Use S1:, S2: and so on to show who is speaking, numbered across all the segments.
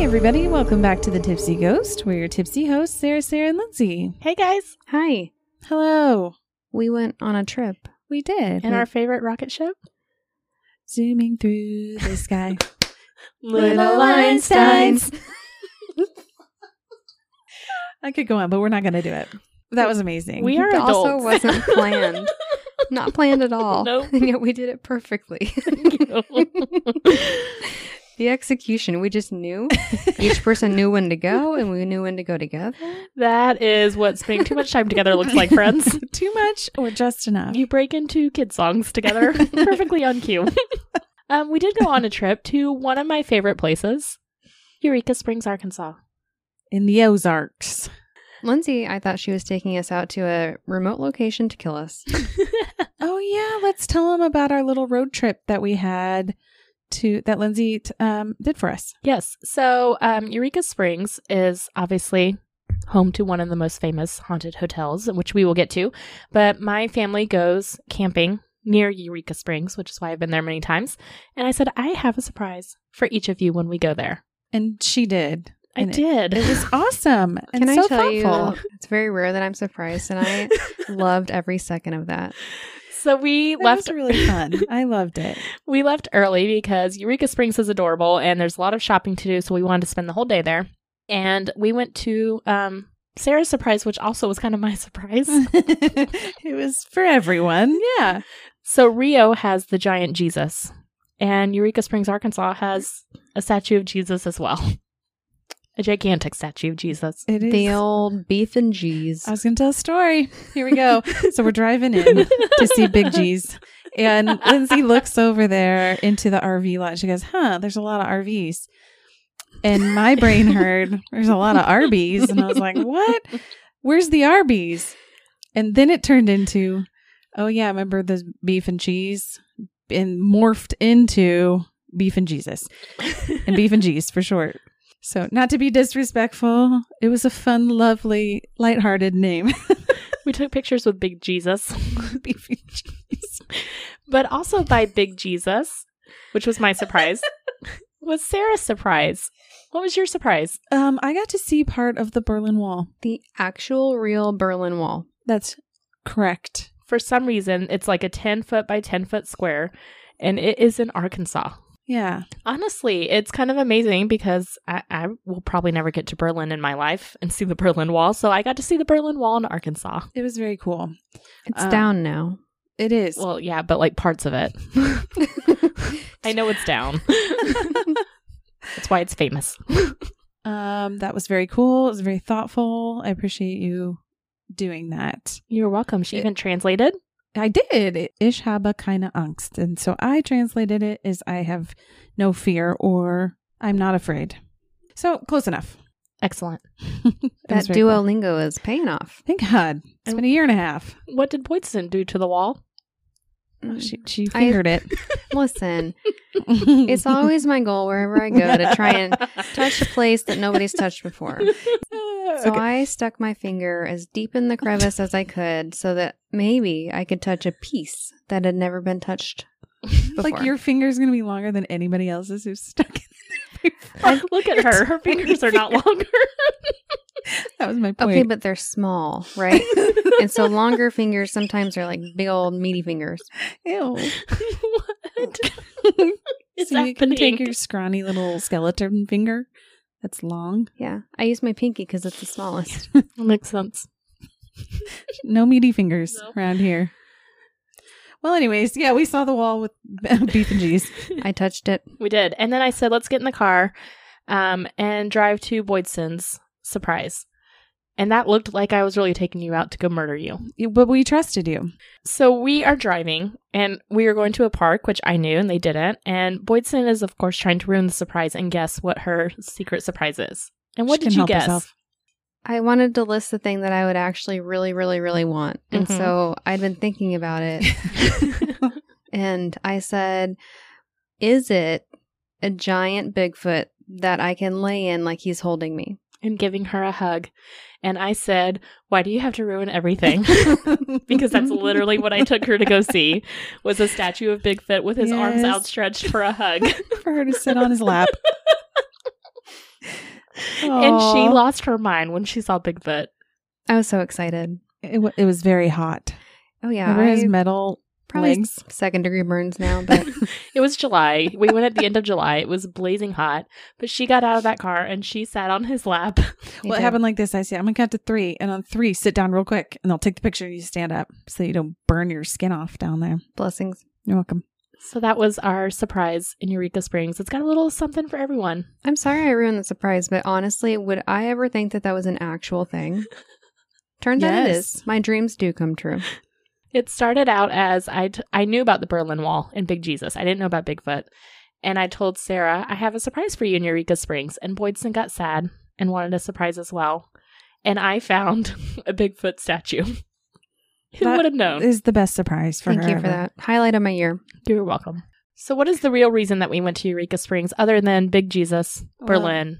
S1: everybody. Welcome back to the Tipsy Ghost. We're your tipsy hosts, Sarah, Sarah, and Lindsay.
S2: Hey guys.
S3: Hi.
S1: Hello.
S3: We went on a trip.
S1: We did.
S2: And our favorite rocket ship?
S1: zooming through the sky.
S3: Little Einsteins.
S1: I could go on, but we're not going to do it. That was amazing.
S2: We are
S3: It
S2: adults.
S3: also wasn't planned. Not planned at all.
S2: Nope.
S3: And yet we did it perfectly. the execution, we just knew. Each person knew when to go and we knew when to go together.
S2: that is what spending too much time together looks like, friends.
S1: too much or just enough.
S2: You break into kid songs together perfectly on cue. Um, we did go on a trip to one of my favorite places, Eureka Springs, Arkansas.
S1: In the Ozarks.
S3: Lindsay, I thought she was taking us out to a remote location to kill us.
S1: Oh yeah, let's tell them about our little road trip that we had to that Lindsay t- um, did for us.
S2: Yes. So um, Eureka Springs is obviously home to one of the most famous haunted hotels, which we will get to. But my family goes camping near Eureka Springs, which is why I've been there many times. And I said, I have a surprise for each of you when we go there.
S1: And she did.
S2: I
S1: And it-
S2: did.
S1: It was awesome and
S3: Can
S1: so
S3: I tell
S1: thoughtful.
S3: you? It's very rare that I'm surprised, and I loved every second of that.
S2: so we
S1: It
S2: left
S1: was really fun. I loved it.
S2: we left early because Eureka Springs is adorable and there's a lot of shopping to do, so we wanted to spend the whole day there. And we went to um, Sarah's surprise, which also was kind of my surprise.
S1: it was for everyone. Yeah.
S2: So Rio has the giant Jesus, and Eureka Springs, Arkansas has a statue of Jesus as well. A gigantic statue of Jesus.
S1: It is.
S3: The old beef and cheese.
S1: I was going to tell a story. Here we go. so we're driving in to see Big G's. And Lindsay looks over there into the RV lot. She goes, huh, there's a lot of RVs. And my brain heard, there's a lot of Arby's. And I was like, what? Where's the Arby's? And then it turned into, oh, yeah, remember the beef and cheese and morphed into beef and Jesus and beef and cheese for short. So, not to be disrespectful, it was a fun, lovely, lighthearted name.
S2: We took pictures with Big Jesus,
S1: beef and cheese.
S2: but also by Big Jesus, which was my surprise, was Sarah's surprise. What was your surprise?
S1: Um, I got to see part of the Berlin Wall.
S3: The actual real Berlin Wall.
S1: That's correct.
S2: For some reason, it's like a 10 foot by 10 foot square, and it is in Arkansas.
S1: Yeah.
S2: Honestly, it's kind of amazing because I, I will probably never get to Berlin in my life and see the Berlin Wall. So I got to see the Berlin Wall in Arkansas.
S1: It was very cool.
S3: It's
S1: Uh,
S3: down now.
S1: It is.
S2: Well, yeah, but like parts of it. I know it's down. That's why it's famous.
S1: um, that was very cool. It was very thoughtful. I appreciate you doing that.
S2: You're welcome. She
S1: It-
S2: even translated.
S1: I did. Ich habe keine Angst. And so I translated it as I have no fear or I'm not afraid. So close enough.
S2: Excellent.
S1: It
S3: That
S1: was very cool.
S3: Duolingo is paying off.
S1: Thank God. It's been a year and a half.
S2: What did Boydson do to the wall?
S1: She, she
S3: Um, I-
S1: fingered it.
S3: Oh, Listen, it's always my goal wherever I go to try and touch a place that nobody's touched before. So
S1: Okay.
S3: I stuck my finger as deep in the crevice as I could so that maybe I could touch a piece that had never been touched before.
S1: like your finger's gonna be longer than anybody else's who's stuck in
S2: I, look at her. Her fingers are not longer.
S1: That was my point.
S3: Okay, but they're small, right? and so longer fingers sometimes are like big old meaty fingers.
S1: Ew.
S2: what? It's
S1: so you can take
S2: happening.
S1: your scrawny little skeleton finger that's long.
S3: Yeah, I use my pinky because it's the smallest.
S2: Makes sense.
S1: No meaty fingers
S2: No.
S1: around here. Well, anyways, yeah, we saw the wall with beef and cheese.
S3: I touched it.
S2: We did. And then I said, let's get in the car um, and drive to Boydson's surprise. And that looked like I was really taking you out to go murder you.
S1: Yeah, But we trusted you.
S2: So we are driving and we are going to a park, which I knew and they didn't. And Boydson is, of course, trying to ruin the surprise and guess what her secret surprise is. And what
S1: She
S2: did
S1: can
S2: you
S1: help
S2: guess?
S1: herself.
S3: I wanted to list the thing that I would actually really, really, really want. And
S1: Mm-hmm.
S2: Mhm.
S3: so I'd been thinking about it. and I said, Is it a giant Bigfoot that I can lay in like he's holding me?
S2: and giving her a hug. And I said, Why do you have to ruin everything? because that's literally what I took her to go see was a statue of Bigfoot with his arms
S1: Yes.
S2: outstretched for a hug.
S1: for her to sit on his lap.
S2: and she
S1: Aw.
S2: lost her mind when she saw Bigfoot.
S3: I was so excited.
S1: It, w- it was very hot.
S3: Oh yeah,
S1: Remember his
S3: I-
S1: metal
S3: probably
S1: legs?
S3: second degree burns now, but
S2: It was July. We went at the end of July. It was blazing hot, but she got out of that car and she sat on his lap.
S3: he
S1: Well, it
S3: did.
S1: happened like this. I said, I'm going to count to three. And on three, sit down real quick. And they'll take the picture and you stand up so you don't burn your skin off down there.
S3: Blessings.
S1: You're welcome.
S2: So that was our surprise in Eureka Springs. It's got a little something for everyone.
S3: I'm sorry I ruined the surprise, but honestly, would I ever think that that was an actual thing? Turns out it
S1: Yes.
S3: is. My dreams do come true.
S2: It started out as I t- I knew about the Berlin Wall and Big Jesus. I didn't know about Bigfoot. And I told Sarah, I have a surprise for you in Eureka Springs. And Boydson got sad and wanted a surprise as well. And I found a Bigfoot statue. Who
S1: That
S2: would have known?
S1: Is the best surprise for
S3: Thank
S1: her
S3: you for
S1: ever.
S3: that. Highlight of my year.
S2: You're welcome. So, what is the real reason that we went to Eureka Springs other than Big Jesus,
S1: Well,
S2: Berlin,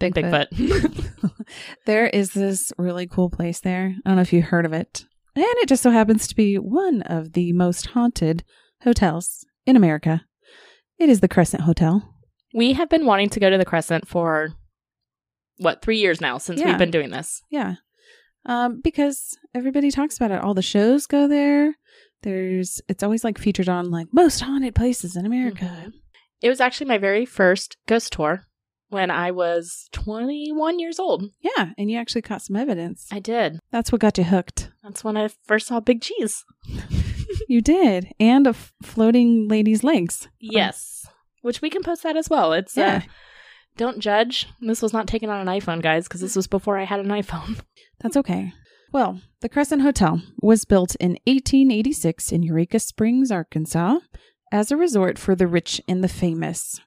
S3: Bigfoot.
S2: Bigfoot?
S1: there is this really cool place there. I don't know if you heard of it. And it just so happens to be one of the most haunted hotels in America. It is the Crescent Hotel.
S2: we have been wanting to go to the Crescent for what three years now since
S1: Yeah.
S2: we've been doing this.
S1: Yeah. Um, because everybody talks about it. All the shows go there. There's it's always like featured on like most haunted places in America.
S2: Mhm. It was actually my very first ghost tour when I was 21 years old.
S1: Yeah, and you actually caught some evidence.
S2: I did.
S1: That's what got you hooked.
S2: That's when I first saw Big Cheese.
S1: You did. And a f- floating lady's legs.
S2: Yes, which we can post that as well. It's
S1: Yeah.
S2: uh, don't judge. This was not taken on an iPhone, guys, because this was before I had an iPhone.
S1: That's okay. Well, the Crescent Hotel was built in 1886 in Eureka Springs, Arkansas, as a resort for the rich and the famous.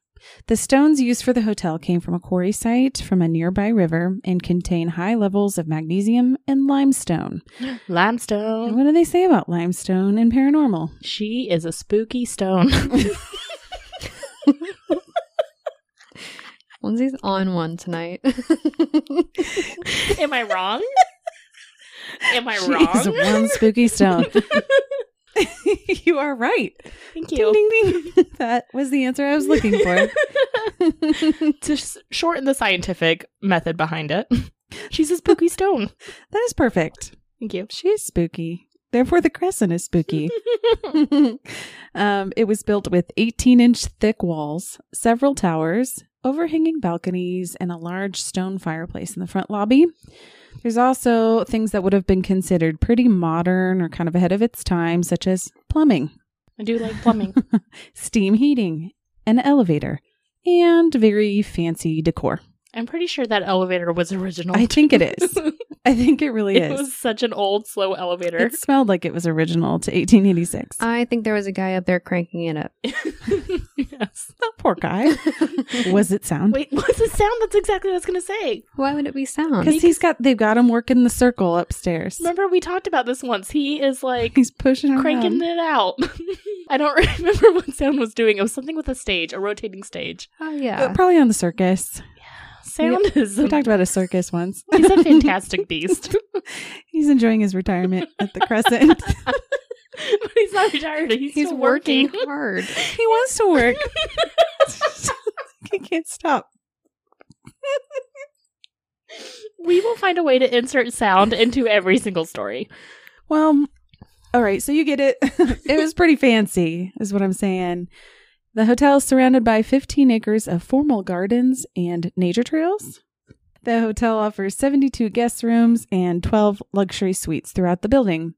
S1: The stones used for the hotel came from a quarry site from a nearby river and contain high levels of magnesium and limestone. And
S2: Limestone.
S1: what do they say about limestone and paranormal?
S2: She is a spooky stone.
S3: Lindsay's on one tonight.
S2: Am I wrong? Am I
S1: She is
S2: wrong?
S1: one spooky stone. you are right.
S2: Thank
S1: Ding,
S2: you.
S1: ding, ding. That was the answer I was looking for.
S2: to s- shorten the scientific method behind it, she's a spooky stone.
S1: That is perfect.
S2: Thank you.
S1: She's spooky. Therefore, the crescent is spooky. um, it was built with 18 inch thick walls, several towers, overhanging balconies, and a large stone fireplace in the front lobby. There's also things that would have been considered pretty modern or kind of ahead of its time, such as plumbing,
S2: I do like plumbing.
S1: steam heating, an elevator, and very fancy decor.
S2: I'm pretty sure that elevator was original.
S1: I think it is. I think it really
S2: it
S1: is.
S2: was such an old, slow elevator.
S1: It smelled like it was original to 1886.
S3: I think there was a guy up there cranking it up.
S2: yes.
S1: that Oh, poor guy. was it sound?
S2: Wait, what's the sound? That's exactly what I was going to say.
S3: Why would it be sound?
S1: Because he's got they've got him working the circle upstairs.
S2: Remember, we talked about this once. He is like
S1: He's pushing around.
S2: cranking it out. I don't remember what sound was doing. It was something with a stage, a rotating stage.
S3: Oh
S1: Uh,
S3: yeah.
S1: Probably on the circus.
S2: Sound is
S1: We talked about a circus once.
S2: He's a fantastic beast.
S1: He's enjoying his retirement at the Crescent.
S2: but he's not retired. He's,
S3: He's
S2: still
S3: working
S2: working.
S3: hard.
S1: he wants to work. he can't stop.
S2: We will find a way to insert sound into every single story.
S1: Well, all right, so you get it. it was pretty fancy, is what I'm saying. The hotel is surrounded by 15 acres of formal gardens and nature trails. The hotel offers 72 guest rooms and 12 luxury suites throughout the building.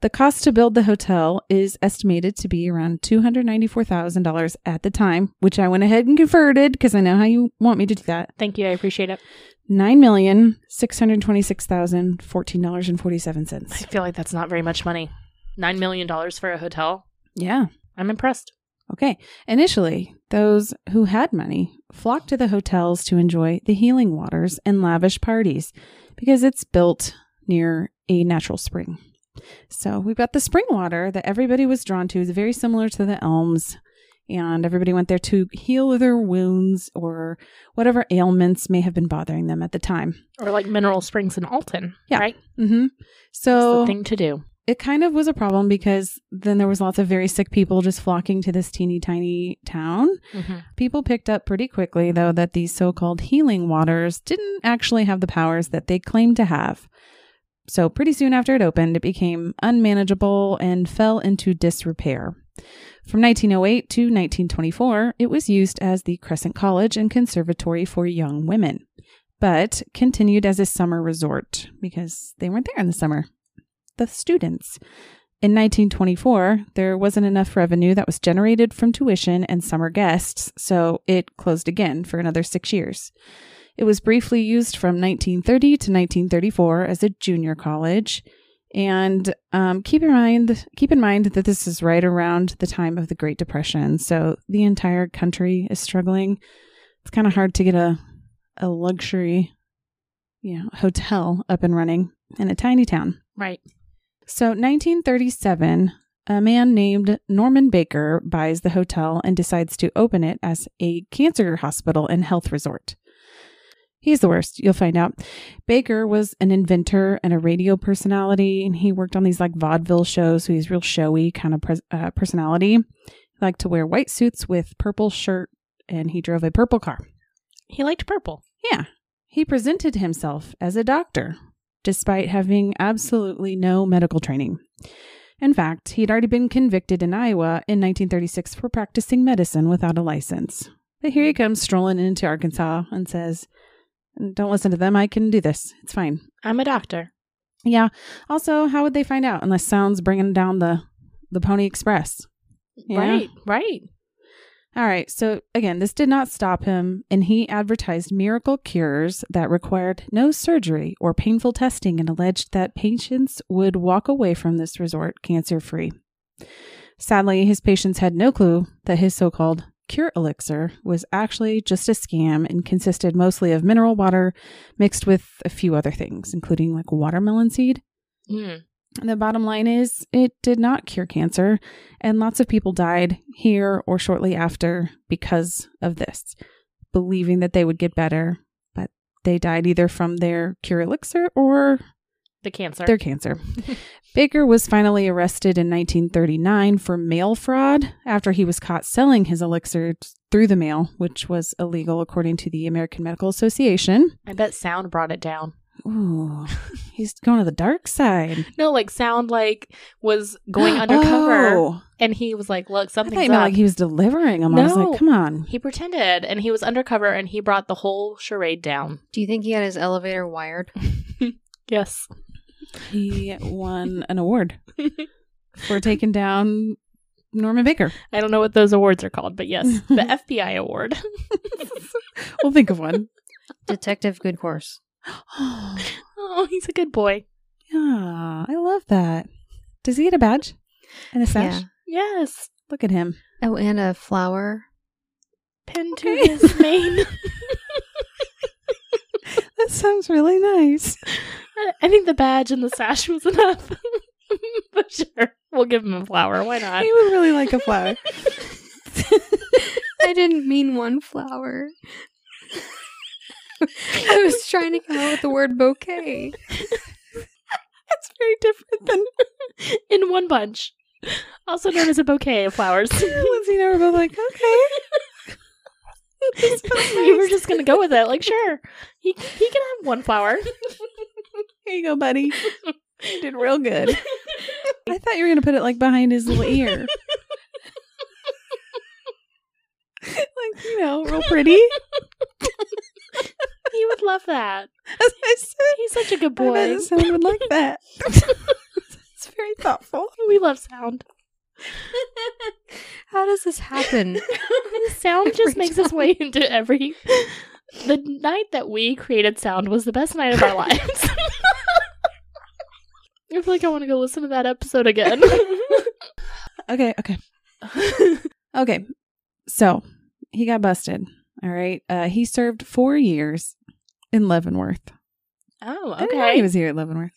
S1: The cost to build the hotel is estimated to be around $294,000 at the time, which I went ahead and converted because I know how you want me to do that.
S2: Thank you. I appreciate it. I
S1: $9,626,014.47.
S2: feel like that's not very much money. $9 million for a hotel.
S1: Yeah.
S2: I'm impressed.
S1: Okay. Initially, those who had money flocked to the hotels to enjoy the healing waters and lavish parties because it's built near a natural spring. So we've got the spring water that everybody was drawn to. It's very similar to the elms. And everybody went there to heal their wounds or whatever ailments may have been bothering them at the time.
S2: Or like Mineral Springs in Alton.
S1: Yeah.
S2: Right?
S1: Mm-hmm.
S2: That's
S1: So
S2: the thing to do.
S1: it kind of was a problem because then there was lots of very sick people just flocking to this teeny tiny town.
S2: Mm-hmm.
S1: People picked up pretty quickly, though, that these so called healing waters didn't actually have the powers that they claimed to have. So, pretty soon after it opened, it became unmanageable and fell into disrepair. From 1908 to 1924, it was used as the Crescent College and Conservatory for young women, but continued as a summer resort because they weren't there in the summer. The students. In 1924, there wasn't enough revenue that was generated from tuition and summer guests, so it closed again for another six years. It was briefly used from 1930 to 1934 as a junior college. And um, keep in mind, keep in mind that this is right around the time of the Great Depression, so the entire country is struggling. It's kind of hard to get a a luxury, you know, hotel up and running in a tiny town.
S2: Right.
S1: So, 1937, a man named Norman Baker buys the hotel and decides to open it as a cancer hospital and health resort. He's the worst, you'll find out. Baker was an inventor and a radio personality, and he worked on these like vaudeville shows, so he's real showy kind of pres uh, personality. He liked to wear white suits with purple shirt, and he drove a purple car.
S2: He liked purple.
S1: Yeah. He presented himself as a doctor, despite having absolutely no medical training. In fact, he'd already been convicted in Iowa in 1936 for practicing medicine without a license. But here he comes strolling into Arkansas and says, Don't listen to them. I can do this. It's fine.
S2: I'm a doctor.
S1: Yeah. Also, how would they find out unless Sound's bringing down the, the Pony Express? Yeah.
S2: Right. Right.
S1: All right. So again, this did not stop him, and he advertised miracle cures that required no surgery or painful testing and alleged that patients would walk away from this resort cancer free. Sadly, his patients had no clue that his so called cure elixir was actually just a scam and consisted mostly of mineral water mixed with a few other things, including like watermelon seed.
S2: Mm.
S1: The bottom line is, it did not cure cancer, and lots of people died here or shortly after because of this, believing that they would get better, but they died either from their cure elixir or
S2: The cancer.
S1: their cancer. Baker was finally arrested in 1939 for mail fraud after he was caught selling his elixir through the mail, which was illegal according to the American Medical Association.
S2: I bet sound brought it down.
S1: Ooh, he's going to the dark side.
S2: No, like sound like was going undercover,
S1: Oh.
S2: and he was like, "Look,
S1: I
S2: something's
S1: thought you
S2: up."
S1: meant like he was delivering them. I was
S2: No.
S1: like, come on.
S2: he pretended, and he was undercover, and he brought the whole charade down.
S3: Do you think he had his elevator wired?
S2: Yes.
S1: He won an award for taking down Norman Baker.
S2: I don't know what those awards are called, but yes, the FBI award.
S1: We'll think of one.
S3: Detective Good Course.
S1: yeah,
S2: oh, he's a good boy.
S1: I love that. Does he get a badge and a sash?
S3: Yeah.
S2: Yes.
S1: Look at him.
S3: Oh, and a flower.
S2: Pin
S1: Okay.
S2: to his mane.
S1: That sounds really nice.
S2: I- I think the badge and the sash was enough. but sure, we'll give him a flower. Why not?
S1: He would really like a flower.
S3: I didn't mean one flower. I was trying to come up with the word bouquet.
S1: That's very different than
S2: In one bunch, also known as a bouquet of flowers.
S1: Lindsay and I were both like, okay. This sounds
S2: you were
S1: nice.
S2: just gonna go with it, like sure, he he can have one flower.
S1: Here you go, buddy. You did real good. I thought you were gonna put it like behind his little ear. like, you know, real pretty.
S2: He would love that.
S1: As I said.
S2: He's such a good
S1: I bet
S2: boy.
S1: someone would like that. it's very thoughtful.
S2: We love sound.
S3: How does this happen?
S2: Sound just
S3: Every
S2: makes its way into every. The night that we created sound was the best night of our lives. I feel like I want to go listen to that episode again.
S1: Okay, okay. Okay. So he got busted. All right. Uh, he served four years in Leavenworth.
S2: oh,
S1: I didn't know he was here at Leavenworth.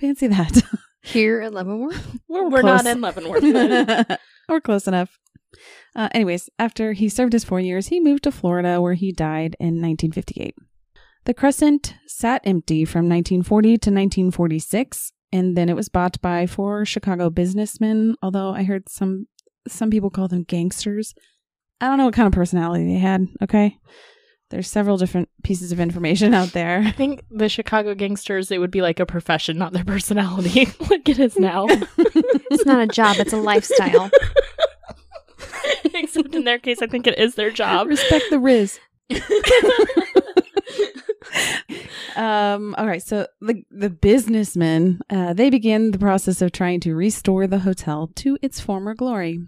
S1: Fancy that.
S3: Here at Leavenworth?
S2: We're,
S1: close.
S2: not in Leavenworth.
S1: or close enough. Uh, anyways, after he served his four years, he moved to Florida where he died in 1958. The Crescent sat empty from 1940 to 1946 and then it was bought by four Chicago businessmen. Although I heard some some people call them gangsters. I don't know what kind of personality they had. Okay, there's several different pieces of information out
S2: I
S1: there.
S2: think the Chicago gangsters, it would be like a profession, not their personality, like it is now.
S3: It's not a job, it's a lifestyle.
S2: Except in their case, I think it is their job.
S1: Respect the Riz. Um, all right, so the the businessmen uh, they begin the process of trying to restore the hotel to its former glory.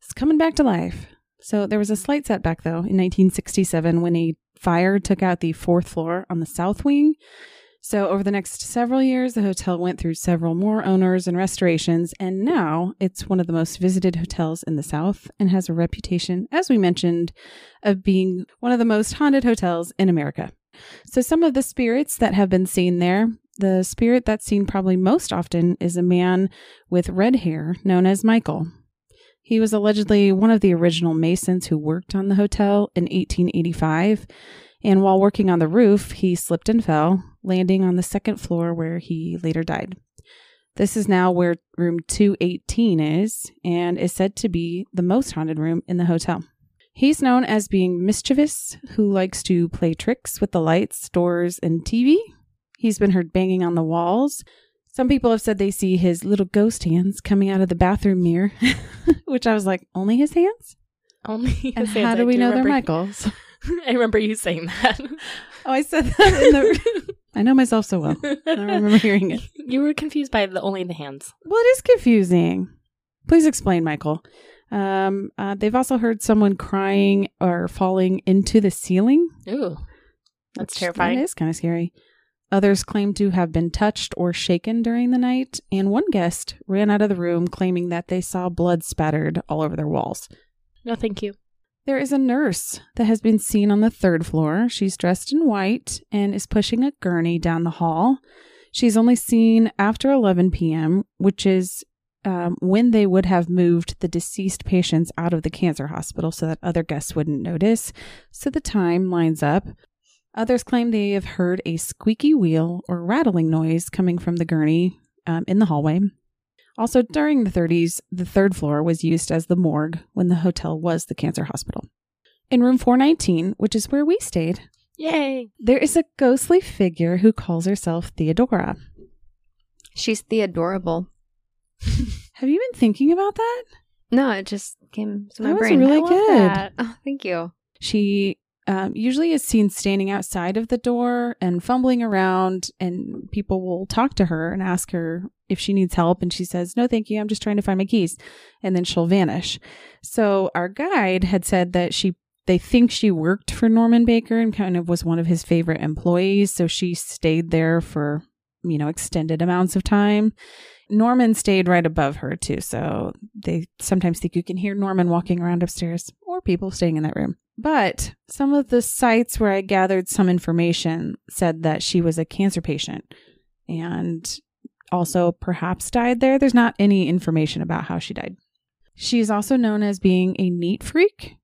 S1: It's coming back to life. So there was a slight setback though in 1967 when a fire took out the fourth floor on the south wing. So over the next several years, the hotel went through several more owners and restorations, and now it's one of the most visited hotels in the South and has a reputation, as we mentioned, of being one of the most haunted hotels in America. So, some of the spirits that have been seen there, the spirit that's seen probably most often is a man with red hair known as Michael. He was allegedly one of the original masons who worked on the hotel in 1885. And while working on the roof, he slipped and fell, landing on the second floor where he later died. This is now where room 218 is and is said to be the most haunted room in the hotel. He's known as being mischievous, who likes to play tricks with the lights, doors, and TV. He's been heard banging on the walls. Some people have said they see his little ghost hands coming out of the bathroom mirror, which I was like, only his hands?
S2: Only
S1: And
S2: his
S1: how
S2: hands.
S1: do
S2: I
S1: we know they're
S2: remember-
S1: Michael's?
S2: I remember you saying that.
S1: Oh, I said that in the. I know myself so well. I don't remember hearing it.
S2: You were confused by the only the hands.
S1: Well, it is confusing. Please explain, Michael. Um, uh, they've also heard someone crying or falling into the ceiling.
S2: Ooh, that's
S1: Which-
S2: terrifying.
S1: That is kind of scary. Others claim to have been touched or shaken during the night, and one guest ran out of the room claiming that they saw blood spattered all over their walls.
S2: No, thank you.
S1: There is a nurse that has been seen on the third floor. She's dressed in white and is pushing a gurney down the hall. She's only seen after 11 p.m., which is um, when they would have moved the deceased patients out of the cancer hospital so that other guests wouldn't notice. So the time lines up. Others claim they have heard a squeaky wheel or rattling noise coming from the gurney um, in the hallway. Also, during the 30s, the third floor was used as the morgue when the hotel was the cancer hospital. In room 419, which is where we stayed,
S2: Yay.
S1: there is a ghostly figure who calls herself Theodora.
S3: She's the adorable.
S1: Have you been thinking about that?
S3: No, it just came to my
S1: That was
S3: brain.
S1: really
S2: I love
S1: good.
S2: that.
S3: oh, thank you.
S1: She um, usually is seen standing outside of the door and fumbling around, and people will talk to her and ask her if she needs help. And she says, No, thank you. I'm just trying to find my keys. And then she'll vanish. So, our guide had said that she they think she worked for Norman Baker and kind of was one of his favorite employees. So, she stayed there for, you know, extended amounts of time. Norman stayed right above her, too. So, they sometimes think you can hear Norman walking around upstairs or people staying in that room. But some of the sites where I gathered some information said that she was a cancer patient and also perhaps died there. There's not any information about how she died. She is also known as being a neat freak.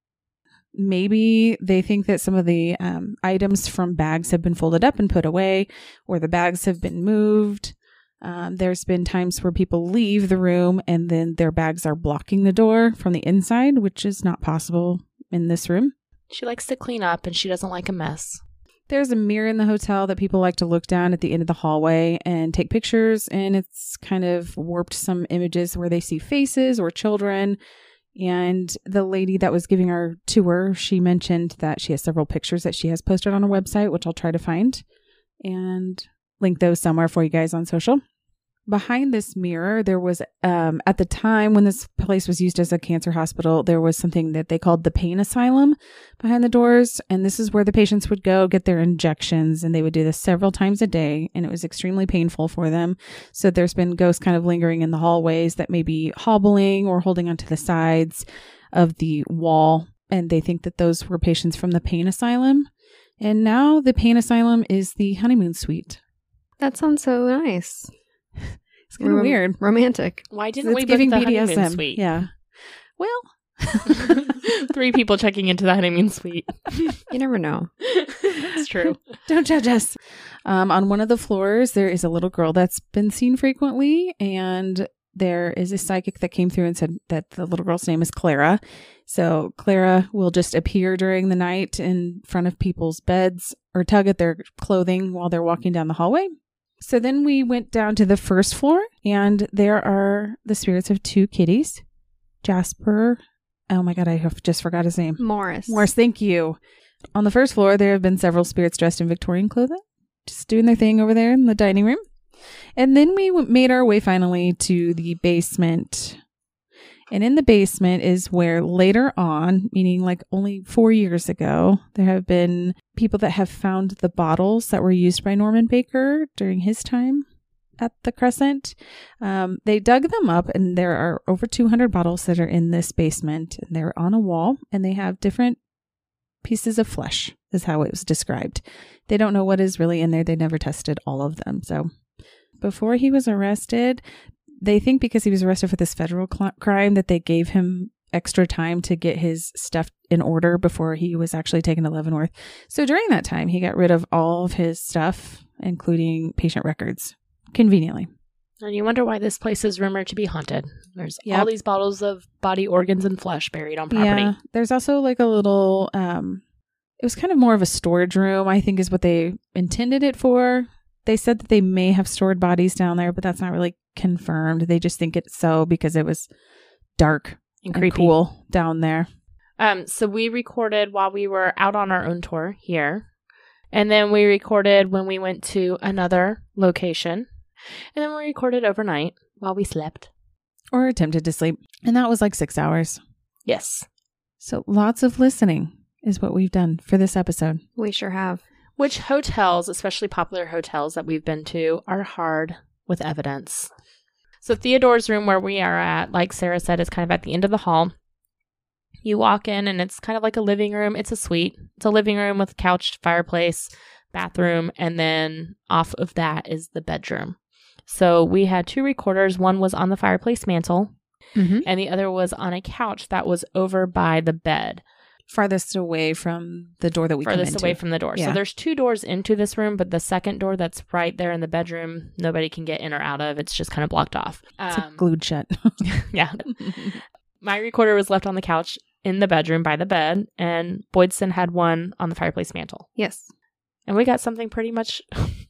S1: Maybe they think that some of the um, items from bags have been folded up and put away, or the bags have been moved. Um, there's been times where people leave the room and then their bags are blocking the door from the inside, which is not possible in this room.
S2: She likes to clean up and she doesn't like a mess.
S1: There's a mirror in the hotel that people like to look down at the end of the hallway and take pictures, and it's kind of warped some images where they see faces or children. And the lady that was giving our tour, she mentioned that she has several pictures that she has posted on her website, which I'll try to find and link those somewhere for you guys on social. Behind this mirror, there was, um, at the time when this place was used as a cancer hospital, there was something that they called the pain asylum behind the doors. And this is where the patients would go get their injections, and they would do this several times a day. And it was extremely painful for them. So there's been ghosts kind of lingering in the hallways that may be hobbling or holding onto the sides of the wall. And they think that those were patients from the pain asylum. And now the pain asylum is the honeymoon suite.
S3: That sounds so nice.
S1: It's kind of
S3: Rom-
S1: weird.
S3: Romantic.
S2: Why
S1: It's
S2: didn't we book
S1: giving
S2: the honeymoon
S1: BDSM.
S2: suite?
S1: Yeah. Well,
S2: Three people checking into the honeymoon suite.
S3: You never know.
S2: That's true.
S1: Don't judge us. Um, on one of the floors, there is a little girl that's been seen frequently, and there is a psychic that came through and said that the little girl's name is Clara. So Clara will just appear during the night in front of people's beds or tug at their clothing while they're walking down the hallway. So then we went down to the first floor, and there are the spirits of two kitties Jasper. Oh my God, I have just forgot his name.
S3: Morris.
S1: Morris, thank you. On the first floor, there have been several spirits dressed in Victorian clothing, just doing their thing over there in the dining room. And then we w- made our way finally to the basement. And in the basement is where later on, meaning like only four years ago, there have been people that have found the bottles that were used by Norman Baker during his time at the Crescent. Um, they dug them up, and there are over 200 bottles that are in this basement. And they're on a wall, and they have different pieces of flesh, is how it was described. They don't know what is really in there. They never tested all of them. So before he was arrested, they think because he was arrested for this federal cl- crime that they gave him extra time to get his stuff in order before he was actually taken to Leavenworth. So during that time, he got rid of all of his stuff, including patient records, conveniently.
S2: And you wonder why this place is rumored to be haunted. There's all
S1: Yep.
S2: these bottles of body organs and flesh buried on property.
S1: There's also like a little um it was kind of more of a storage room, I think is what they intended it for. They said that they may have stored bodies down there, but that's not really confirmed. They just think it's so because it was dark and,
S2: And creepy.
S1: cool down there.
S2: Um, so we recorded while we were out on our own tour here. And then we recorded when we went to another location. And then we recorded overnight while we slept.
S1: Or attempted to sleep. And that was like six hours.
S2: Yes.
S1: So lots of listening is what we've done for this episode.
S3: We sure have.
S2: Which hotels, especially popular hotels that we've been to, are hard with evidence. So Theodore's room where we are at, like Sarah said, is kind of at the end of the hall. You walk in and it's kind of like a living room. It's a suite. It's a living room with couch, fireplace, bathroom, and then off of that is the bedroom. So we had two recorders. One was on the fireplace mantle
S3: Mm-hmm.
S2: and the other was on a couch that was over by the bed
S1: Farthest away from the door that we
S2: furthest
S1: come into.
S2: away from the door.
S1: Yeah.
S2: So there's two doors into this room, but the second door that's right there in the bedroom, nobody can get in or out of. It's just kind of blocked off.
S1: it's like
S2: Um,
S1: glued shut.
S2: yeah. My recorder was left on the couch in the bedroom by the bed, and Boydson had one on the fireplace mantle.
S3: Yes,
S2: And we got something pretty much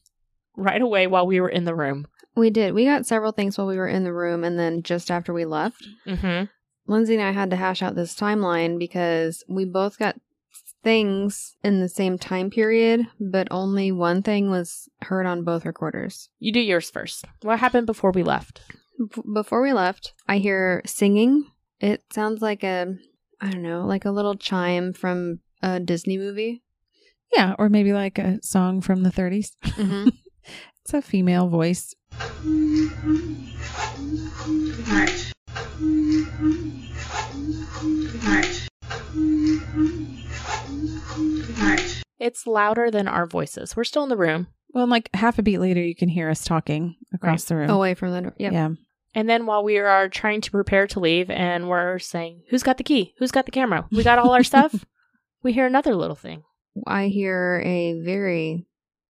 S2: right away while we were in the room.
S3: we did. We got several things while we were in the room, and then just after we left,
S2: Mm-hmm.
S3: Lindsay and I had to hash out this timeline because we both got things in the same time period, but only one thing was heard on both recorders.
S2: You do yours first. What happened before we left?
S3: B- before we left, I hear singing. It sounds like a, I don't know, like a little chime from a Disney movie.
S1: yeah, or maybe like a song from the 30s.
S3: Mm-hmm.
S1: It's a female voice.
S2: It's louder than our voices. We're still in the room.
S1: Well, and like half a beat later, you can hear us talking across the room.
S3: Away from the door. Yep.
S1: yeah.
S2: And then while we are trying to prepare to leave and we're saying, Who's got the key? Who's got the camera? We got all our stuff. We hear another little thing.
S3: I hear a very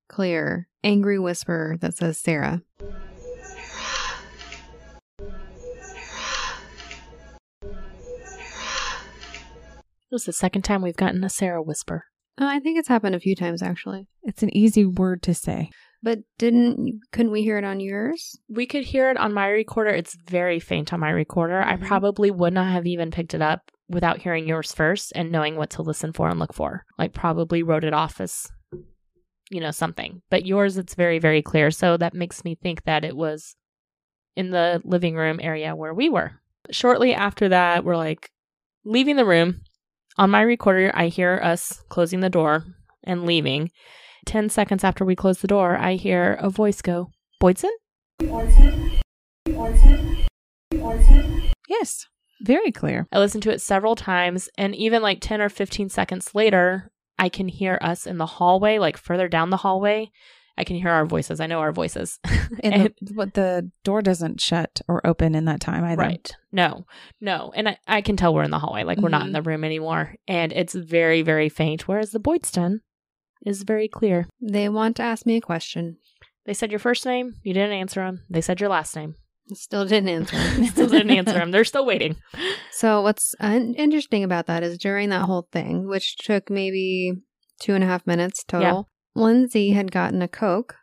S3: clear, angry whisper that says Sarah.
S2: This is the second time we've gotten a Sarah whisper.
S3: Oh, I think it's happened a few times actually.
S1: It's an easy word to say.
S3: But didn't couldn't we hear it on yours?
S2: We could hear it on my recorder. It's very faint on my recorder. I
S3: Mhm.
S2: probably would not have even picked it up without hearing yours first and knowing what to listen for and look for. Like, probably wrote it off as, you know, something. But yours, it's very, very clear. So that makes me think that it was in the living room area where we were. Shortly after that, we're like leaving the room. On my recorder, I hear us closing the door and leaving. 10 seconds after we close the door, I hear a voice go, Boydson?
S1: Yes. Very clear.
S2: I listened to it several times, and even like 10 or 15 seconds later, I can hear us in the hallway, like further down the hallway, I can hear our voices. I know our voices.
S1: And, the, but the door doesn't shut or open in that time either.
S2: Right. No, no. And I, I can tell we're in the hallway, like we're not in the room anymore. And it's very, very faint, whereas the Boydston is very clear.
S3: They want to ask me a question.
S2: They said your first name, you didn't answer them. They said your last name,
S3: Still didn't answer.
S2: still didn't answer them. They're still waiting.
S3: So what's un- interesting about that is during that whole thing, which took maybe two and a half minutes total, Lindsay had gotten a Coke,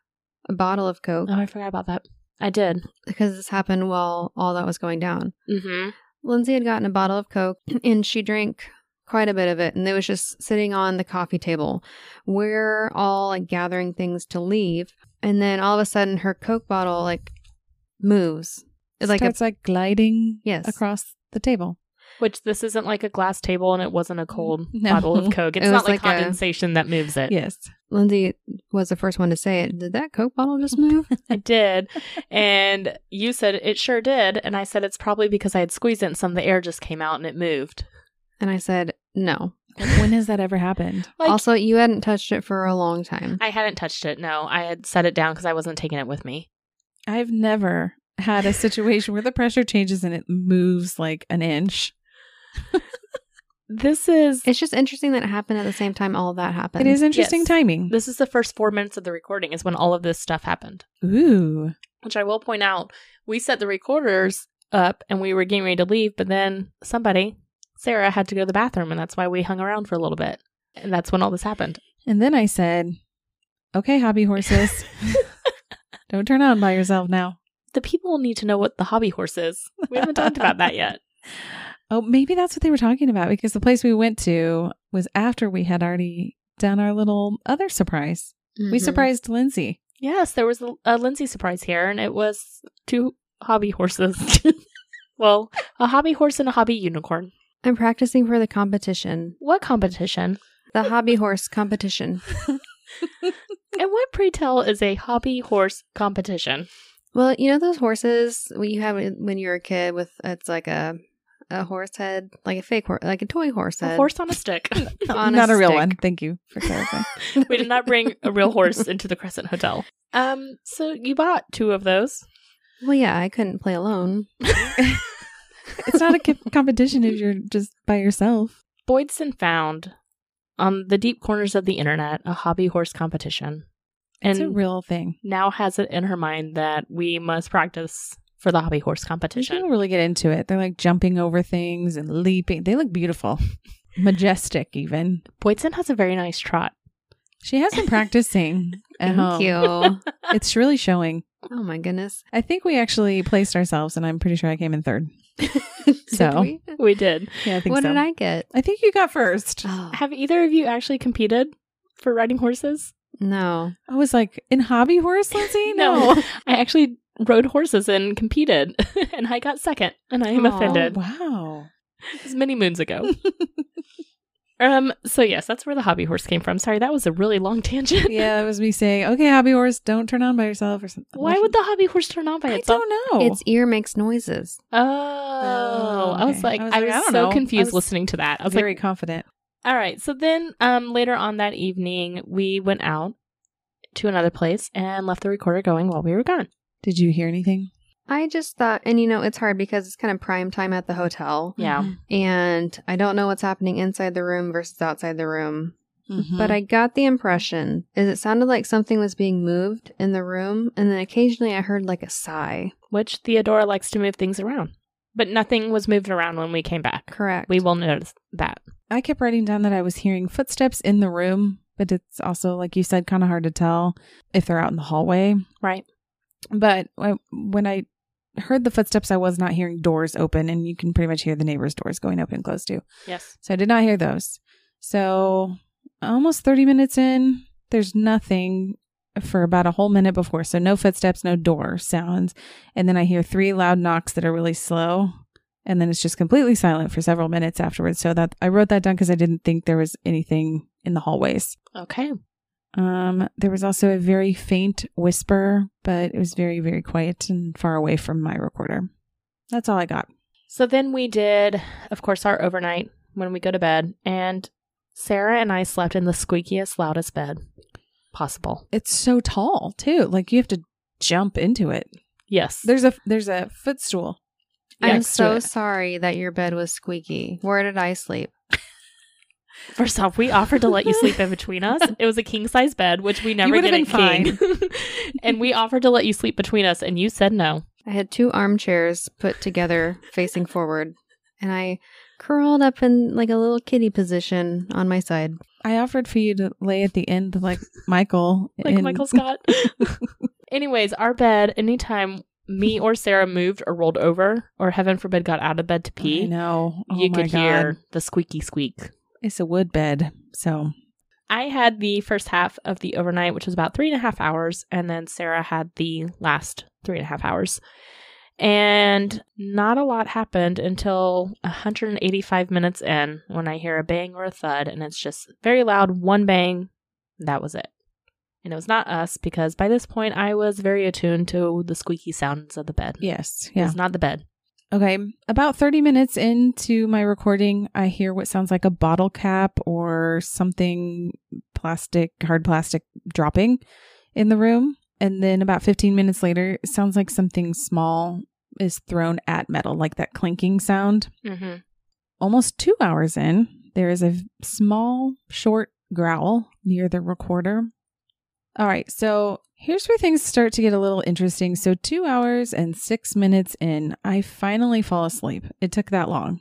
S3: a bottle of Coke,
S2: Oh, I forgot about that. I did.
S3: because this happened while all that was going down.
S2: Mm-hmm.
S3: Lindsay had gotten a bottle of Coke and she drank quite a bit of it and it was just sitting on the coffee table. We're all like gathering things to leave. And then all of a sudden her Coke bottle like moves. It's like a,
S1: Starts like gliding
S3: yes.
S1: across the table.
S2: Which this isn't like a glass table, and it wasn't a cold
S1: No.
S2: bottle of Coke. It's
S3: It
S2: not
S3: was
S2: like,
S3: like a-
S2: condensation that moves it.
S1: Yes.
S3: Lindsay was the first one to say it. Did that Coke bottle just move?
S2: It did, and you said it sure did, and I said it's probably because I had squeezed it, and some of the air just came out, and it moved.
S3: and I said, no.
S1: Like, when has that ever happened?
S2: Like,
S3: also, you hadn't touched it for a long time.
S2: I hadn't touched it. No, I had set it down because I wasn't taking it with me.
S1: I've never had a situation where the pressure changes and it moves like an inch.
S2: This is
S3: it's just interesting that it happened at the same time all that happened.
S1: It is interesting
S2: Yes.
S1: timing.
S2: this is the first four minutes of the recording is when all of this stuff happened.
S1: Ooh.
S2: Which I will point out, we set the recorders up and we were getting ready to leave, but then somebody, Sarah, had to go to the bathroom, and that's why we hung around for a little bit. And that's when all this happened.
S1: And then I said, okay, hobby horses, don't turn on by yourself now.
S2: the people need to know what the hobby horse is. We haven't talked about that yet.
S1: Oh, maybe that's what they were talking about because the place we went to was after we had already done our little other surprise. We
S3: Mhm.
S1: surprised Lindsay.
S2: Yes, there was a, a Lindsay surprise here, and it was two hobby horses. well, a hobby horse and a hobby unicorn.
S3: I'm practicing for the competition,
S2: What competition?
S3: the hobby horse competition.
S2: And what pray tell is a hobby horse competition?
S3: Well, you know those horses what you have when you were a kid with it's like a a horse head, like a fake horse, like a toy horse head.
S2: A horse on a stick.
S3: on
S1: Not a real
S3: stick.
S1: one. Thank you for clarifying.
S2: we did not bring a real horse into the Crescent Hotel. Um, so you bought two of those.
S3: Well, yeah, I couldn't play alone.
S1: it's not a co- competition if you're just by yourself.
S2: Boydson found on the deep corners of the internet a hobby horse competition.
S1: It's a real thing.
S2: now has it in her mind that we must practice for the hobby horse competition.
S1: People really get into it. They're like jumping over things and leaping. They look beautiful, majestic, even.
S2: Boydson has a very nice trot.
S1: She has been practicing at
S3: Thank
S1: home.
S3: you. oh
S1: It's really showing.
S3: my goodness.
S1: I think we actually placed ourselves, and I'm pretty sure I came in third. So.
S3: Did we?
S2: We did.
S1: Yeah, I think
S3: what
S1: so.
S3: did I get?
S1: I think you got first.
S3: Oh,
S2: Have either of you actually competed for riding horses?
S3: no.
S1: I was like, in hobby horse, Lindsay? No.
S2: No. I actually rode horses and competed, and I got second, and I am
S3: Aw.
S1: Oh,
S2: offended.
S1: wow.
S2: It was many moons ago. um. So yes, that's where the hobby horse came from. Sorry, that was a really long tangent.
S1: Yeah, that was me saying, okay, hobby horse, don't turn on by yourself or something.
S2: Why would the hobby horse turn on by
S1: I
S2: itself?
S1: don't know.
S3: Its ear makes noises.
S2: Oh,
S1: Oh,
S2: I was
S1: okay.
S2: like,
S1: I
S2: I
S1: was like,
S2: was,
S1: I don't
S2: so
S1: know. I
S2: confused
S1: was
S2: listening to that. I was like,
S1: very confident.
S2: All right. So then um later on that evening we went out to another place and left the recorder going while we were gone.
S1: Did you hear anything?
S3: I just thought, and you know, it's hard because it's kind of prime time at the hotel,
S2: Yeah.
S3: and I don't know what's happening inside the room versus outside the room.
S2: Mm-hmm.
S1: Mhm.
S3: But I got the impression is it sounded like something was being moved in the room, and then occasionally I heard like a sigh.
S2: Which Theodora likes to move things around. But nothing was moved around when we came back.
S3: Correct.
S2: We will notice that.
S1: I kept writing down that I was hearing footsteps in the room, but it's also, like you said, kind of hard to tell if they're out in the hallway.
S2: Right.
S1: But I- when I heard the footsteps, I was not hearing doors open, and you can pretty much hear the neighbors' doors going open and closed too.
S2: Yes.
S1: So I did not hear those. So almost 30 minutes in, there's nothing for about a whole minute before. So no footsteps, no door sounds. And then I hear three loud knocks that are really slow. And then it's just completely silent for several minutes afterwards. So that I wrote that down because I didn't think there was anything in the hallways.
S2: Okay.
S1: Um, there was also a very faint whisper, but it was very, very quiet and far away from my recorder. That's all I got.
S2: So then we did, of course, our overnight when we go to bed, and Sarah and I slept in the squeakiest, loudest bed. possible.
S1: It's so tall too. Like you have to jump into it.
S2: Yes.
S1: There's a there's a footstool.
S3: I'm
S1: next to
S3: so
S1: it.
S3: sorry that your bed was squeaky. Where did I sleep?
S2: First off, we offered to let you sleep in between us. It was a king size bed, which we never
S1: would've
S2: get
S1: been
S2: at king. and we offered to let you sleep between us, and you said no.
S3: I had two armchairs put together facing forward, and I curled up in like a little kitty position on my side.
S1: I offered for you to lay at the end like Michael.
S2: Like
S1: in-
S2: Michael Scott. Anyways, our bed, anytime me or Sarah moved or rolled over, or heaven forbid got out of bed to
S1: I
S2: pee,
S1: know. Oh
S2: you
S1: my
S2: could
S1: God.
S2: hear the squeaky squeak.
S1: It's a wood bed, so
S2: I had the first half of the overnight, which was about three and a half hours, and then Sarah had the last three and a half hours. And not a lot happened until 185 minutes in when I hear a bang or a thud, and it's just very loud, one bang, and that was it. And it was not us because by this point I was very attuned to the squeaky sounds of the bed.
S1: yes,
S2: It
S1: yeah.
S2: was not the bed.
S1: Okay, about 30 minutes into my recording, I hear what sounds like a bottle cap or something plastic, hard plastic dropping in the room. And then about 15 minutes later, it sounds like something small is thrown at metal, like that clinking sound.
S2: Mm-hmm.
S1: Almost two hours in, there is a v- small, short growl near the recorder. All right, so here's where things start to get a little interesting. So, two hours and six minutes in, I finally fall asleep. It took that long.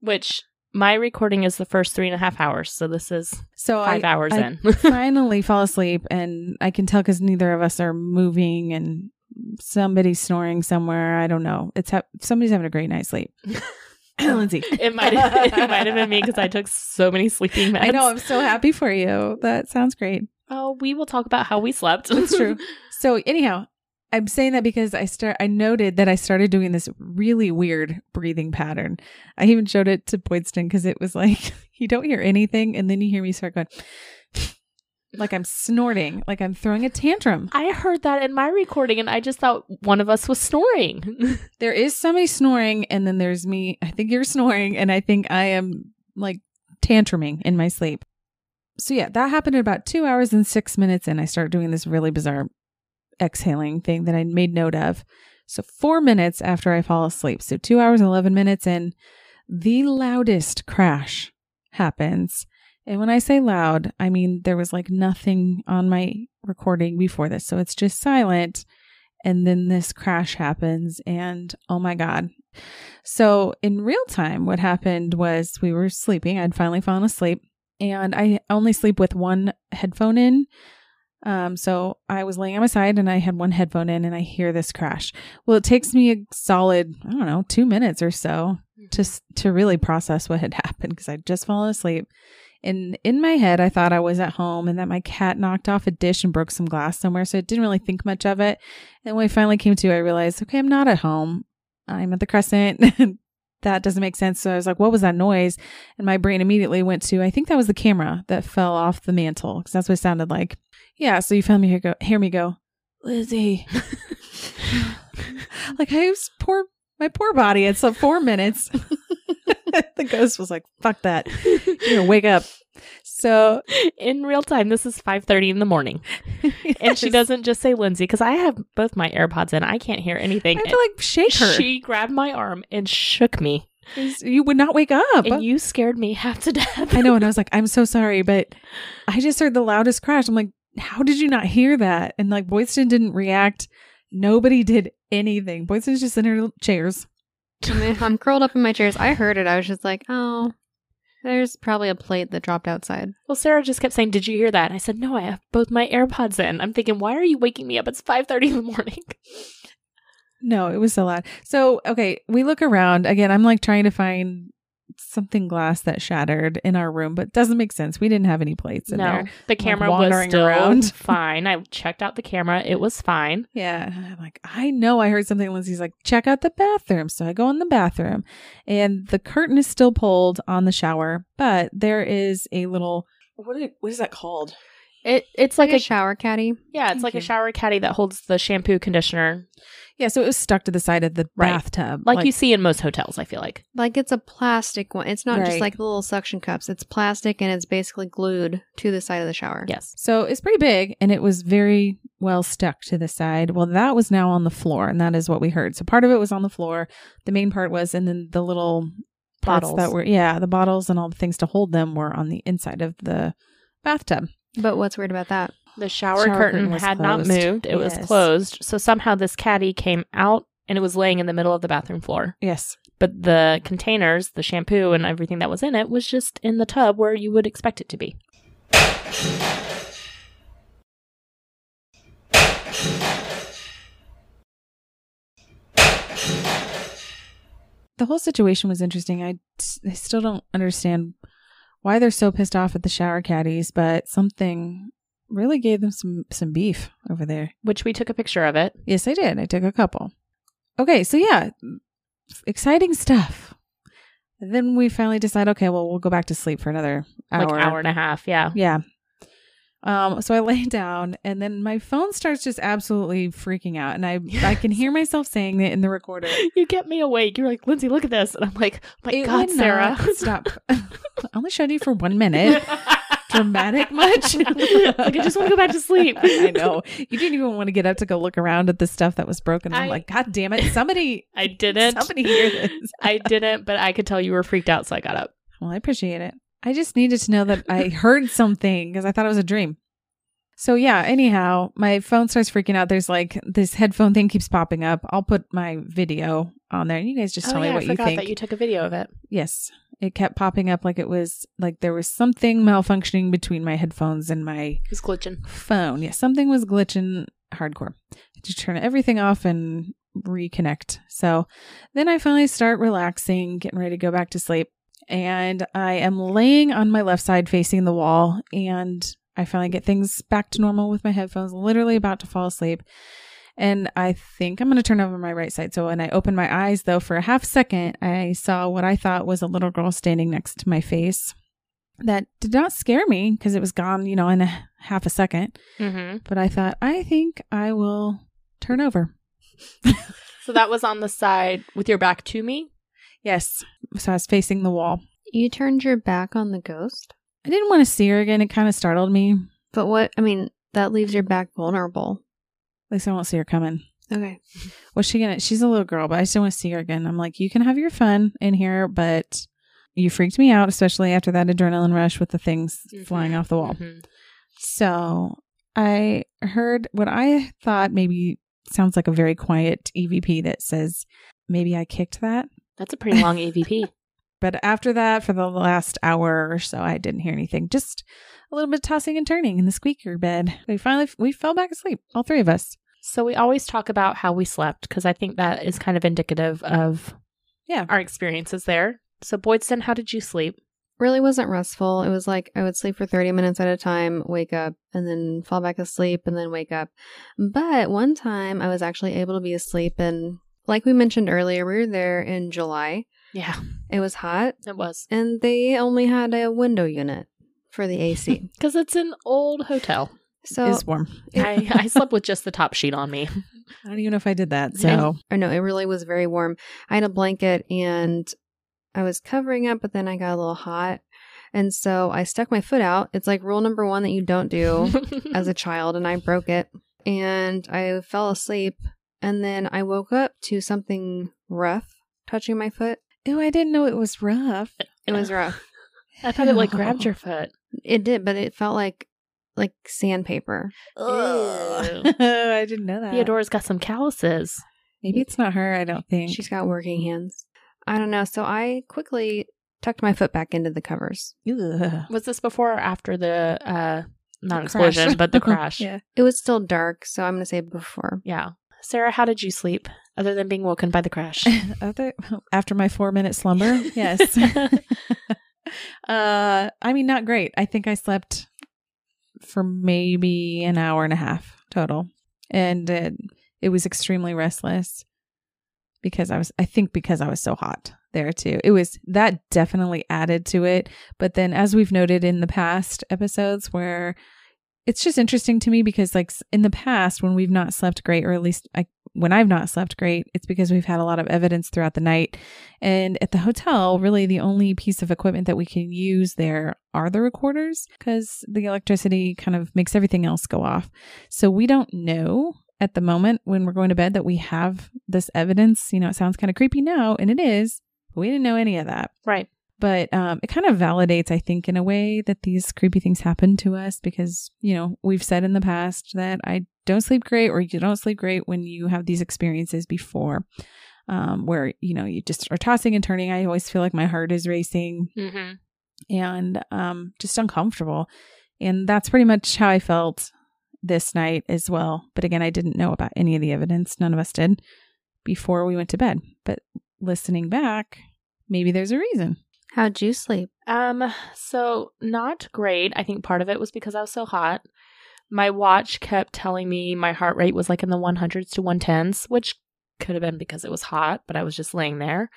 S2: Which my recording is the first three and a half hours, so this is
S1: So,
S2: five
S1: Oh, I
S2: hours in.
S1: finally fall asleep, and I can tell because neither of us are moving and somebody's snoring somewhere. I don't know. It's ha- somebody's having a great night's sleep. Lindsay.
S2: It might have, it might have been me because I took so many sleeping meds.
S1: I know. I'm so happy for you. That sounds great.
S2: Oh, we will talk about how we slept.
S1: That's true. So anyhow, I'm saying that because I start I noted that I started doing this really weird breathing pattern. I even showed it to Boydston because it was like you don't hear anything and then you hear me start going like I'm snorting, like I'm throwing a tantrum.
S2: I heard that in my recording, and I just thought one of us was snoring.
S1: There is somebody snoring and then there's me. I think you're snoring and I think I am like tantruming in my sleep. So yeah, that happened at about 2 hours and 6 minutes and I start doing this really bizarre exhaling thing that I made note of. So, four minutes after I fall asleep, so two hours and 11 minutes in, the loudest crash happens. And when I say loud, I mean there was like nothing on my recording before this. So it's just silent. And then this crash happens, and oh my God. So, in real time, what happened was we were sleeping. I'd finally fallen asleep, and I only sleep with one headphone in. Um, so I was laying on my side and I had one headphone in and I hear this crash. Well, it takes me a solid, I don't know, two minutes or so to, s- to really process what had happened because I'd just fallen asleep. And in my head, I thought I was at home and that my cat knocked off a dish and broke some glass somewhere. So I didn't really think much of it. And when I finally came to, I realized, okay, I'm not at home. I'm at the Crescent. that doesn't make sense. So I was like, what was that noise? And my brain immediately went to, I think that was the camera that fell off the mantle because that's what it sounded like. Yeah, so you found me here go hear me go, Lizzie. like I was poor my poor body at some four minutes. the ghost was like, fuck that. You know, wake up. So
S2: in real time, this is five thirty in the morning, and she doesn't just say Lindsay because I have both my AirPods in. I can't hear
S1: I
S2: anything.
S1: had to like shake her.
S2: She grabbed my arm and shook me,
S1: you would not wake up.
S2: and you scared me half to death.
S1: I know, and I was like, I'm so sorry, but I just heard the loudest crash. I'm like, how did you not hear that? And like Boydston didn't react. Nobody did anything. Boydston's just in her chairs.
S3: I mean, I'm curled up in my chairs. I heard it. I was just like, oh, there's probably a plate that dropped outside.
S2: Well, Sarah just kept saying, "Did you hear that?" And I said, "No, I have both my AirPods in." I'm thinking, "Why are you waking me up? It's five thirty in the morning."
S1: No, it was so loud. So, okay, we look around. Again, I'm like trying to find something glass that shattered in our room, but doesn't make sense. We didn't have any plates in
S2: no,
S1: there.
S2: the camera was
S1: wandering
S2: still
S1: around.
S2: fine. I checked out the camera; it was fine.
S1: Yeah. and I'm like, I know I heard something. Lindsay's like, check out the bathroom. So I go in the bathroom and the curtain is still pulled on the shower, but there is a little, what is, what is that called?
S2: It it's
S3: like,
S2: like,
S3: a,
S2: a
S3: shower caddy.
S2: yeah,
S1: Thank
S2: it's like
S1: you.
S2: a shower caddy that holds the shampoo conditioner,
S1: Yeah, so it was stuck to the side of the
S2: Right.
S1: bathtub.
S2: like, you see in most hotels. I feel like
S3: Like it's a plastic one. It's not just
S1: Right.
S3: like little suction cups. It's plastic and it's basically glued to the side of the shower.
S2: yes,
S1: So it's pretty big and it was very well stuck to the side. Well, that was now on the floor and that is what we heard. So part of it was on the floor. The main part was, and then the little parts
S2: bottles
S1: that were, yeah, the bottles and all the things to hold them were on the inside of the bathtub.
S3: But what's weird about that?
S2: The shower,
S1: Shower
S2: curtain,
S1: curtain was
S2: had not
S1: closed.
S2: moved. It was
S1: Yes.
S2: closed. So somehow this caddy came out and it was laying in the middle of the bathroom floor.
S1: Yes.
S2: But the containers, the shampoo and everything that was in it was just in the tub where you would expect it to be.
S1: The whole situation was interesting. I, I still don't understand why they're so pissed off at the shower caddies, but something really gave them some, some beef over there.
S2: Which we took a picture of it.
S1: Yes, I did. I took a couple. Okay, so yeah, exciting stuff. And then we finally decide, okay, well, we'll go back to sleep for another hour.
S2: Like hour and a half. Yeah.
S1: Yeah. Um, so I lay down and then my phone starts just absolutely freaking out. And I I can hear myself saying it in the recorder.
S2: You get me awake. You're like, Lindsay, look at this. And I'm like, "Oh my
S1: It
S2: God,
S1: would
S2: Sarah.
S1: not Stop. I only showed you for one minute. Dramatic much?
S2: like, I just want to go back to sleep.
S1: I know. You didn't even want to get up to go look around at the stuff that was broken. I'm
S2: I-
S1: like, God damn it, somebody
S2: I didn't.
S1: somebody hear this.
S2: I didn't, but I could tell you were freaked out. So I got up.
S1: Well, I appreciate it. I just needed to know that I heard something because I thought it was a dream. So, yeah, anyhow, my phone starts freaking out. There's like this headphone thing keeps popping up. I'll put my video on there and you guys just tell me
S2: Oh, yeah,
S1: what
S2: I
S1: you
S2: forgot
S1: think.
S2: that you took a video of it.
S1: yes, it kept popping up like it was like there was something malfunctioning between my headphones and my
S2: It was glitching.
S1: phone. Yeah, something was glitching hardcore. I had to turn everything off and reconnect. So then I finally start relaxing, getting ready to go back to sleep. And I am laying on my left side facing the wall. And I finally get things back to normal with my headphones, literally about to fall asleep. And I think I'm going to turn over my right side. So when I opened my eyes, though, for a half second, I saw what I thought was a little girl standing next to my face. That did not scare me because it was gone, you know, in a half a second.
S2: Mm-hmm.
S1: But I thought, I think I will turn over.
S2: So that was on the side with your back to me.
S1: Yes. So I was facing the wall.
S3: You turned your back on the ghost?
S1: I didn't want to see her again. It kind of startled me. At
S3: But what I mean, that leaves your back vulnerable.
S1: least I won't see her coming.
S3: Okay.
S1: What's she gonna? She's a little girl, but I just don't want to see her again. I'm like, you can have your fun in here, but you freaked me out, especially after that adrenaline rush with the things
S2: Mhm.
S1: flying off the wall. So I heard what I thought maybe sounds like a very quiet EVP that says, maybe I kicked that.
S2: That's a pretty long EVP.
S1: But after that, for the last hour or so, I didn't hear anything. Just a little bit of tossing and turning in the squeaker bed. We finally we fell back asleep, all three of us.
S2: so we always talk about how we slept because I think that is kind of indicative of
S1: Yeah.
S2: our experiences there. So Boydston, how did you sleep?
S3: Really wasn't restful. It was like I would sleep for 30 minutes at a time, wake up, and then fall back asleep, and then wake up. But one time I was actually able to be asleep. And like we mentioned earlier, we were there in July.
S2: Yeah,
S3: It was hot,
S2: it was
S3: and they only had a window unit for the AC.
S2: because it's an old hotel.
S3: So,
S1: it's warm.
S2: I, I slept with just the top sheet on me.
S1: I don't even know if I did that. So
S3: or no, it really was very warm. I had a blanket and I was covering up, but then I got a little hot. And so I stuck my foot out. It's like rule number one that you don't do as a child, and I broke it. And I fell asleep. And then I woke up to something rough touching my foot.
S1: oh, I didn't know it was rough.
S3: It was rough.
S2: I thought it like grabbed your foot.
S3: It did, but it felt like like sandpaper.
S2: Ew.
S1: I didn't know that.
S2: Theodora's got some calluses.
S1: Maybe it's not her. I don't think.
S3: She's got working hands. I don't know. So I quickly tucked my foot back into the covers.
S1: Ugh.
S2: Was this before or after the uh not
S1: The
S2: explosion,
S1: crash.
S2: but the crash?
S1: yeah.
S3: It was still dark, so I'm going to say before.
S2: Yeah. Sarah, how did you sleep other than being woken by the crash?
S1: Other, after my four minute slumber, yes. uh, I mean, not great. I think I slept for maybe an hour and a half total, and it, it was extremely restless because I was, I think, because I was so hot there too. It was that definitely added to it. But then, as we've noted in the past episodes, where it's just interesting to me because like s- in the past when we've not slept great or at least I, when I've not slept great, it's because we've had a lot of evidence throughout the night. And at the hotel, really the only piece of equipment that we can use there are the recorders because the electricity kind of makes everything else go off. So we don't know at the moment when we're going to bed that we have this evidence. You know, it sounds kind of creepy now, and it is, but we didn't know any of that
S2: Right.
S1: but um, it kind of validates, I think, in a way that these creepy things happen to us because, you know, we've said in the past that I don't sleep great or you don't sleep great when you have these experiences before um, where, you know, you just are tossing and turning. I always feel like my heart is racing
S2: Mm-hmm.
S1: and um, just uncomfortable. And that's pretty much how I felt this night as well. But again, I didn't know about any of the evidence. None of us did before we went to bed. But listening back, maybe there's a reason.
S3: How'd you sleep?
S2: Um, so not great. I think part of it was because I was so hot. My watch kept telling me my heart rate was like in the 100s to 110s, which could have been because it was hot, but I was just laying there.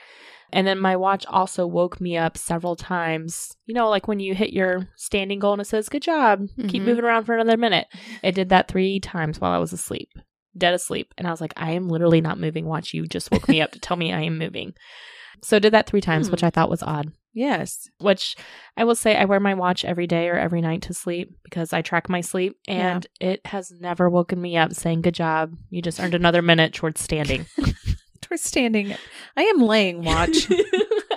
S2: And then my watch also woke me up several times. You know, like when you hit your standing goal and it says, Good job, keep
S3: Mhm.
S2: moving around for another minute. It did that three times while I was asleep, dead asleep. And I was like, I am literally not moving. Watch, you just woke me up to tell me I am moving. So it did that three times,
S1: Hmm.
S2: which I thought was odd
S1: Yes.
S2: which I will say I wear my watch every day or every night to sleep because I track my sleep and it has never woken me up saying good job. You just earned another minute towards standing.
S1: We're standing. I am laying watch.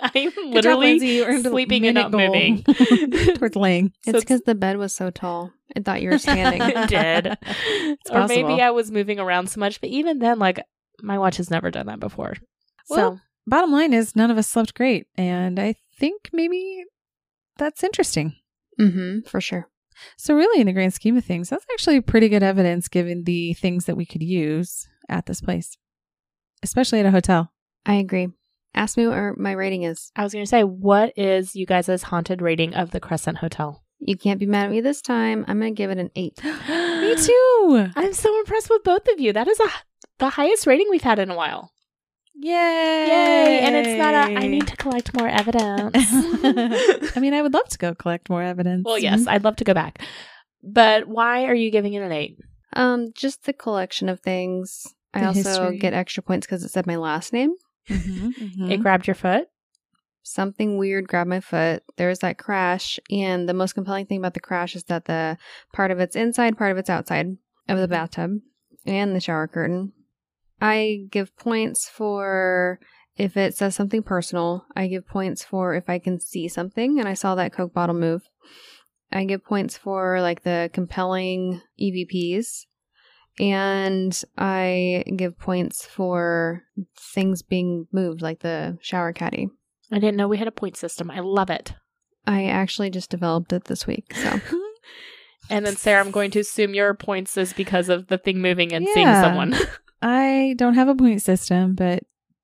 S2: I'm
S1: Good job,
S2: literally
S1: Lindsay. You earned a
S2: sleeping and
S1: minute
S2: not moving.
S1: Towards laying.
S3: It's
S2: it's-
S3: because the bed was so tall. I thought you were standing.
S2: Dead.
S1: It's
S2: or
S1: possible.
S2: maybe I was moving around so much, but even then like my watch has never done that before.
S1: Well,
S2: so
S1: Bottom line is none of us slept great. And I think maybe that's interesting.
S3: mm-hmm, for sure.
S1: So, really, in the grand scheme of things, that's actually pretty good evidence given the things that we could use at this place, especially at a hotel.
S3: I agree. Ask me what our- my rating is.
S2: I was going to say what is you guys' haunted rating of the Crescent Hotel?
S3: You can't be mad at me this time. I'm going to give it an eight.
S1: Me too.
S2: I'm so impressed with both of you. That is a the highest rating we've had in a while.
S1: Yay.
S2: Yay! And it's not a, I need to collect more
S1: I
S2: evidence.
S1: mean, I would love to go collect more evidence.
S2: well, yes, I'd love to go back. But why are you giving it an eight?
S3: Um, just the collection of things. I
S1: The
S3: also
S1: history.
S3: get extra points because it said my last name.
S1: Mhm, mhm.
S2: It grabbed your foot.
S3: Something weird grabbed my foot. There was that crash, and the most compelling thing about the crash is that the part of it's inside, part of it's outside of the bathtub and the shower curtain. I give points for if it says something personal. I give points for if I can see something, and I saw that Coke bottle move. I give points for like the compelling EVPs, and I give points for things being moved, like the shower caddy.
S2: I didn't know we had a point system. I love it.
S3: I actually just developed it this week. So
S2: And then Sarah, I'm going to assume your points is because of the thing moving and seeing
S1: Yeah.
S2: someone.
S1: I don't have a point system, but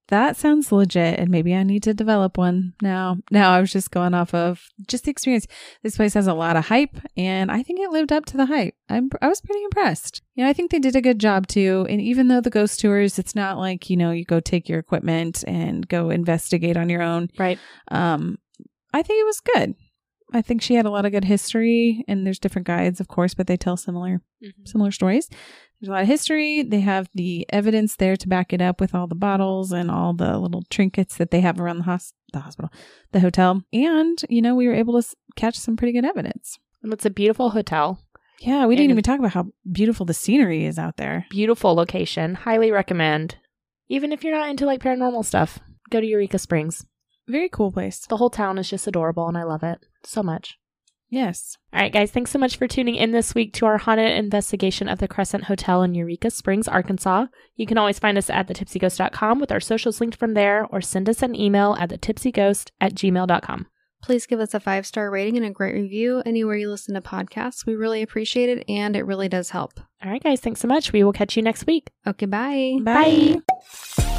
S1: that sounds legit and maybe I need to develop one now. Now I was just going off of just the experience. This place has a lot of hype and I think it lived up to the hype. I'm I was pretty impressed. You know, I think they did a good job too. And even though the ghost tours, it's not like, you know, you go take your equipment and go investigate on your own.
S2: Right.
S1: Um I think it was good. I think she had a lot of good history and there's different guides, of course, but they tell similar
S2: Mm-hmm.
S1: similar stories. There's a lot of history. They have the evidence there to back it up with all the bottles and all the little trinkets that they have around the, hos- the hospital, the hotel. And, you know, we were able to s- catch some pretty good evidence.
S2: And it's a beautiful hotel,
S1: Yeah, we didn't
S2: And-
S1: even talk about how beautiful the scenery is out there.
S2: beautiful location. Highly recommend. Even if you're not into like paranormal stuff, go to Eureka Springs.
S1: Very cool place.
S2: The whole town is just adorable and I love it so much.
S1: Yes.
S2: All right, guys, thanks so much for tuning in this week to our haunted investigation of the Crescent Hotel in Eureka Springs, Arkansas. You can always find us at thetipsyghost.com with our socials linked from there or send us an email at thetipsyghost at gmail.com.
S3: please give us a five star rating and a great review anywhere you listen to podcasts. We really appreciate it and it really does help.
S2: All right, guys, thanks so much. We will catch you next week.
S3: Okay, bye.
S1: Bye.